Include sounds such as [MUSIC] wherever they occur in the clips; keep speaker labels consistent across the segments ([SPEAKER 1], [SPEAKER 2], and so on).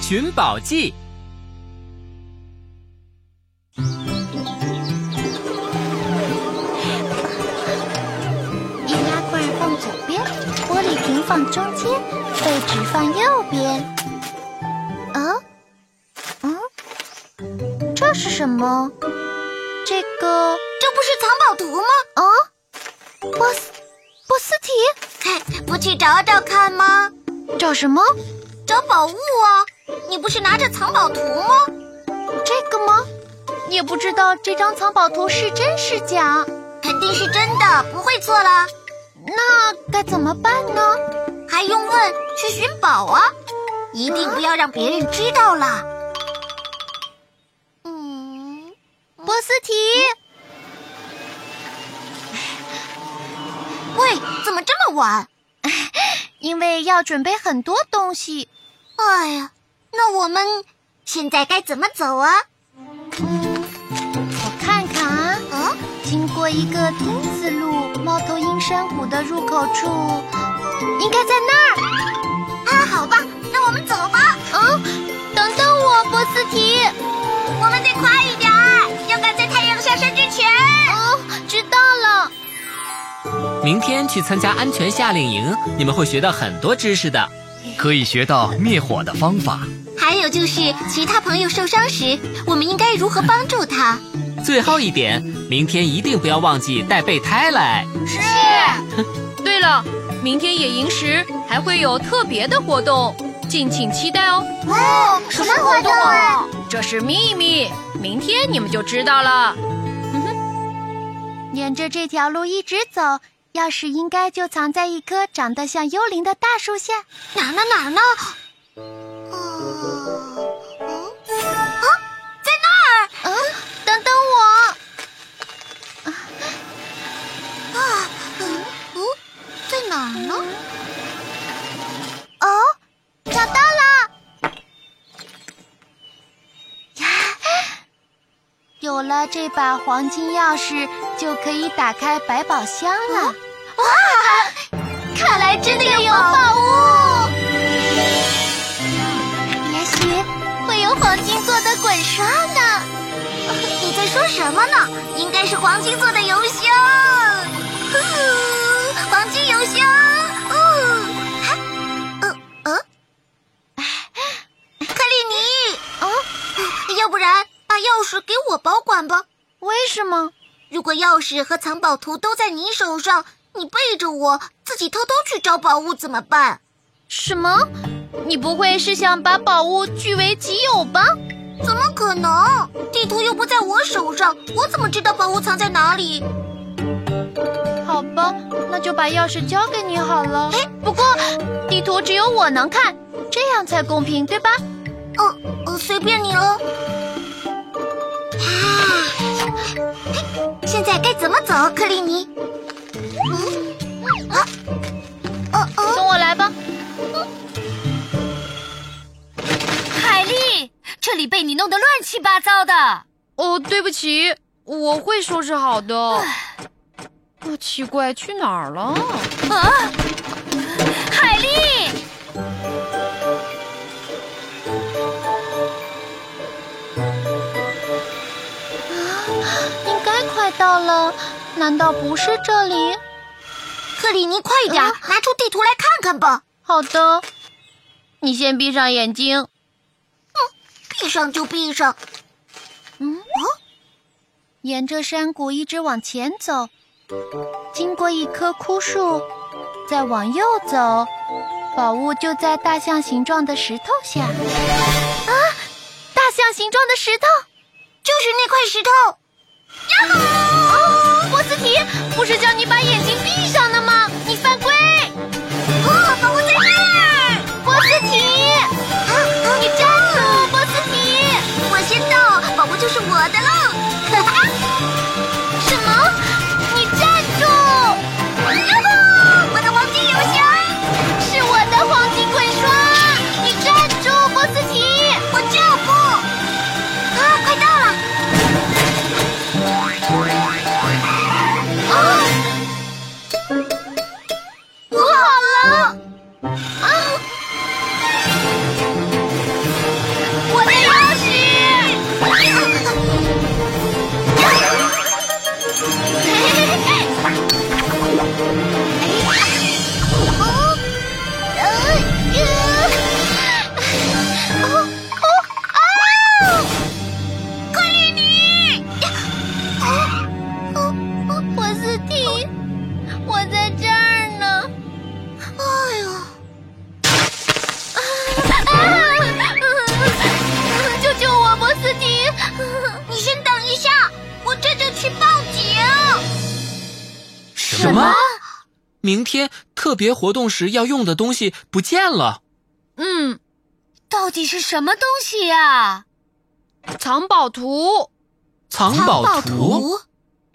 [SPEAKER 1] 寻宝记》。
[SPEAKER 2] 易拉罐放左边，玻璃瓶放中间，废纸放右边。哦，嗯，这是什么？这个
[SPEAKER 3] 这不是藏宝图吗？
[SPEAKER 2] 啊，波斯波斯提
[SPEAKER 3] 嘿，不去找找看吗？
[SPEAKER 2] 找什么？
[SPEAKER 3] 找宝物啊！你不是拿着藏宝图吗？
[SPEAKER 2] 这个吗？也不知道这张藏宝图是真是假，
[SPEAKER 3] 肯定是真的，不会错了。
[SPEAKER 2] 那该怎么办呢？
[SPEAKER 3] 还用问？去寻宝啊！一定不要让别人知道了。嗯，
[SPEAKER 2] 波斯提，
[SPEAKER 3] 喂，怎么这么晚？
[SPEAKER 2] 因为要准备很多东西，
[SPEAKER 3] 哎呀，那我们现在该怎么走啊？
[SPEAKER 2] 我看看啊。
[SPEAKER 3] 嗯，
[SPEAKER 2] 经过一个丁字路猫头鹰山谷的入口处，应该在那儿。
[SPEAKER 3] 啊，好吧，那我们走吧。
[SPEAKER 2] 嗯，等等我，波斯提。
[SPEAKER 3] 我们得快一点儿，要赶在太阳下山之前。
[SPEAKER 2] 哦，知道了。
[SPEAKER 1] 明天去参加安全夏令营，你们会学到很多知识的。
[SPEAKER 4] 可以学到灭火的方法。
[SPEAKER 3] 还有就是，其他朋友受伤时，我们应该如何帮助他？
[SPEAKER 1] 最后一点，明天一定不要忘记带备胎来。
[SPEAKER 3] 是，
[SPEAKER 5] 对了，明天野营时还会有特别的活动，敬请期待哦。
[SPEAKER 3] 哦，
[SPEAKER 2] 什么活动啊？
[SPEAKER 5] 这是秘密，明天你们就知道了。
[SPEAKER 2] 沿着这条路一直走，钥匙应该就藏在一棵长得像幽灵的大树下。呃
[SPEAKER 3] 哪儿呢？哪儿呢？哦，嗯，啊，在那儿。
[SPEAKER 2] 嗯，等等我。
[SPEAKER 3] 啊，嗯嗯，在哪儿呢？
[SPEAKER 2] 哦，找到了！呀，有了这把黄金钥匙，就可以打开百宝箱了。
[SPEAKER 3] 哦看来真的有宝物。
[SPEAKER 2] 也许会有黄金做的滚刷呢。
[SPEAKER 3] 你在说什么呢？应该是黄金做的邮箱。呼黄金邮箱。哦，哈呃呃，克里
[SPEAKER 2] 啊？
[SPEAKER 3] 尼，要不然把钥匙给我保管吧。
[SPEAKER 2] 为什么？
[SPEAKER 3] 如果钥匙和藏宝图都在你手上，你背着我自己偷偷去找宝物怎么办？
[SPEAKER 2] 什么？
[SPEAKER 5] 你不会是想把宝物据为己有吧？
[SPEAKER 3] 怎么可能？地图又不在我手上，我怎么知道宝物藏在哪里？
[SPEAKER 5] 好吧，那就把钥匙交给你好了。不过地图只有我能看，这样才公平，对吧？
[SPEAKER 3] 哦，哦，随便你喽。啊，嘿现在该怎么走，克里尼？嗯，啊，哦哦，
[SPEAKER 5] 跟我来吧。
[SPEAKER 3] 海丽，这里被你弄得乱七八糟的。
[SPEAKER 5] 哦，对不起，我会收拾好的。哦，奇怪，去哪儿了？
[SPEAKER 3] 海丽，啊
[SPEAKER 2] 应该快到了，难道不是这里？
[SPEAKER 3] 克里尼，快点儿，拿出地图来看看吧。
[SPEAKER 5] 好的，你先闭上眼睛。
[SPEAKER 3] 闭上就闭上。
[SPEAKER 2] 沿着山谷一直往前走，经过一棵枯树，再往右走，宝物就在大象形状的石头下。啊，大象形状的石头！
[SPEAKER 3] 就是那块石头。
[SPEAKER 2] 啊，波斯提，不是叫你把眼睛闭上的吗？你犯规！
[SPEAKER 3] 哦，宝物在那儿。
[SPEAKER 2] 波斯提，
[SPEAKER 3] 啊
[SPEAKER 2] 你站住！波斯提，
[SPEAKER 3] 我先到，宝物就是我的喽。哈哈，
[SPEAKER 2] [LAUGHS] 什么？你站住！
[SPEAKER 3] 呀吼我的黄金邮箱，
[SPEAKER 2] 是我的黄金滚刷！你站住，波斯提！
[SPEAKER 3] 我就不。啊，快到了。哦，啊 [LAUGHS]
[SPEAKER 1] 明天特别活动时要用的东西不见了。
[SPEAKER 5] 嗯，到底是什么东西呀、藏宝图。
[SPEAKER 1] 藏宝图，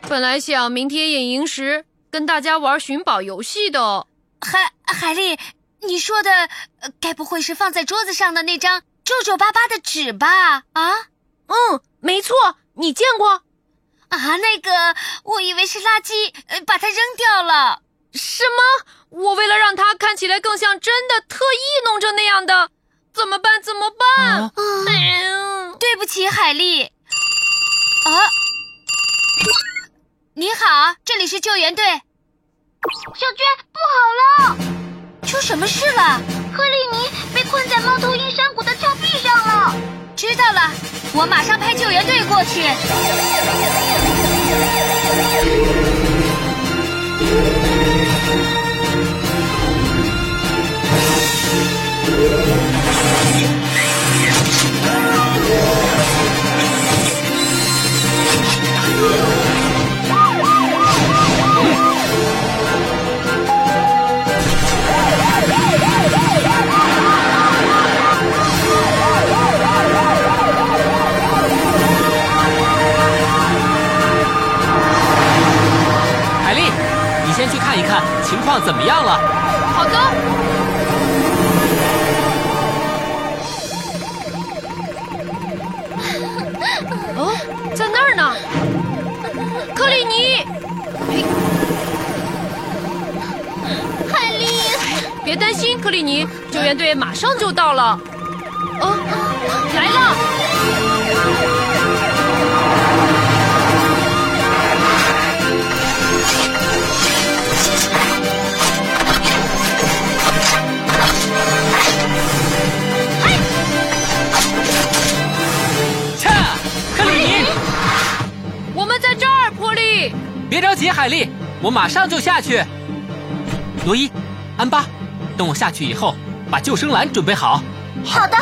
[SPEAKER 5] 本来想明天野营时跟大家玩寻宝游戏的。
[SPEAKER 6] 海海丽，你说的呃该不会是放在桌子上的那张皱皱巴巴的纸吧？啊
[SPEAKER 5] 嗯，没错，你见过？
[SPEAKER 6] 啊，那个，我以为是垃圾，呃，把它扔掉了。
[SPEAKER 5] 什么？我为了让它看起来更像真的，特意弄成那样的，怎么办？怎么办？
[SPEAKER 1] 啊
[SPEAKER 5] 嗯，
[SPEAKER 6] 对不起，海丽。啊，你好，这里是救援队。
[SPEAKER 3] 小娟，不好了，
[SPEAKER 6] 出什么事了？
[SPEAKER 3] 克里尼被困在猫头鹰山谷的峭壁上了。
[SPEAKER 6] 知道了，我马上派救援队过去。
[SPEAKER 1] 海丽，你先去看一看情况怎么样了。
[SPEAKER 5] 好的。哦，在那儿呢，克里尼，
[SPEAKER 3] 海丽，
[SPEAKER 5] 别担心，克里尼，救援队马上就到了。哦，来了。
[SPEAKER 1] 切，克里尼，
[SPEAKER 5] 我们在这儿，波利。
[SPEAKER 1] 别着急，海丽，我马上就下去。罗伊，安巴，等我下去以后，把救生篮准备好。
[SPEAKER 3] 好的，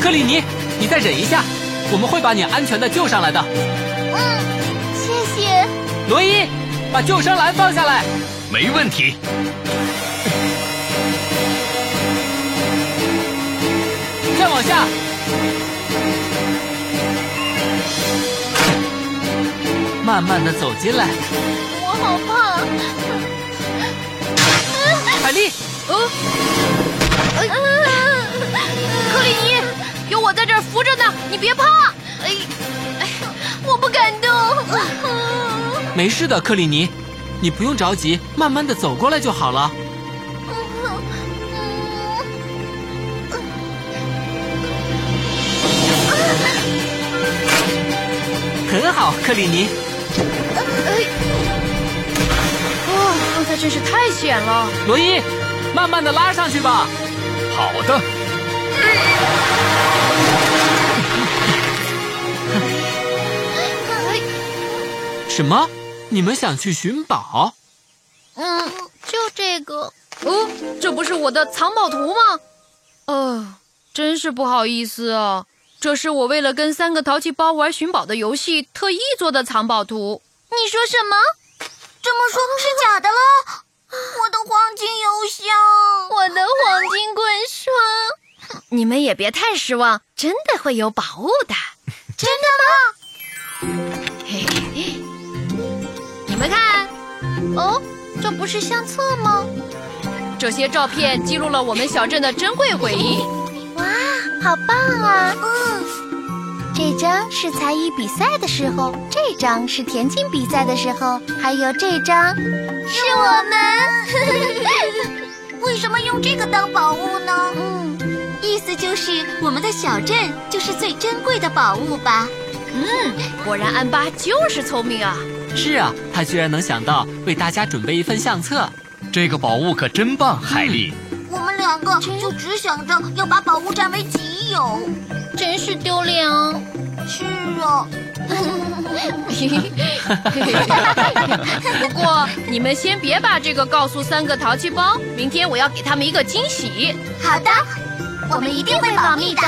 [SPEAKER 1] 克里尼，你再忍一下，我们会把你安全的救上来的。
[SPEAKER 3] 谢谢。
[SPEAKER 1] 罗伊，把救生篮放下来。
[SPEAKER 4] 没问题。
[SPEAKER 1] 再往下。慢慢的走进来，
[SPEAKER 3] 我好怕，
[SPEAKER 1] 海丽，
[SPEAKER 6] 哎
[SPEAKER 5] 克里尼，有我在这儿扶着呢，你别怕。哎，哎我不敢动。
[SPEAKER 6] [LAUGHS]
[SPEAKER 1] 没事的，克里尼，你不用着急，慢慢的走过来就好了。
[SPEAKER 3] 嗯
[SPEAKER 1] 很好，克里尼，
[SPEAKER 5] 哦，刚才真是太险了。
[SPEAKER 1] 罗伊，慢慢的拉上去吧。
[SPEAKER 4] 好的，
[SPEAKER 3] 哎
[SPEAKER 1] 什么？你们想去寻宝？
[SPEAKER 3] 嗯，就这个，
[SPEAKER 5] 哦，这不是我的藏宝图吗？呃，真是不好意思啊，这是我为了跟三个淘气包玩寻宝的游戏特意做的藏宝图。
[SPEAKER 3] 你说什么？这么说是假的喽？我的黄金邮箱，我的黄金棍刷，
[SPEAKER 5] 你们也别太失望，真的会有宝物的。
[SPEAKER 3] 真的
[SPEAKER 5] 嘿嘿嘿你们看，
[SPEAKER 3] 吗？哦，这不是相册吗？
[SPEAKER 5] 这些照片记录了我们小镇的珍贵回忆。
[SPEAKER 2] 哇，好棒啊！嗯，这张是才艺比赛的时候，这张是田径比赛的时候，还有这张
[SPEAKER 3] 是我们。 [LAUGHS] 为什么用这个当宝物呢？嗯，意思就是我们的小镇就是最珍贵的宝物吧。
[SPEAKER 5] 果然，安巴就是聪明啊！
[SPEAKER 1] 是啊，他居然能想到为大家准备一份相册。
[SPEAKER 4] 这个宝物可真棒，海丽。
[SPEAKER 3] 我们两两个就只想着要把宝物占为己有。
[SPEAKER 5] 真是丢脸哦！
[SPEAKER 3] 是
[SPEAKER 2] 哦
[SPEAKER 3] 啊，
[SPEAKER 5] [LAUGHS] 不过你们先别把这个告诉三个淘气包，明天我要给他们一个惊喜。
[SPEAKER 3] 好的，我们一定会保密的。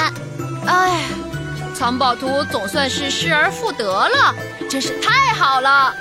[SPEAKER 5] 哎，藏 [LAUGHS] 宝图总算是失而复得了，真是太好了！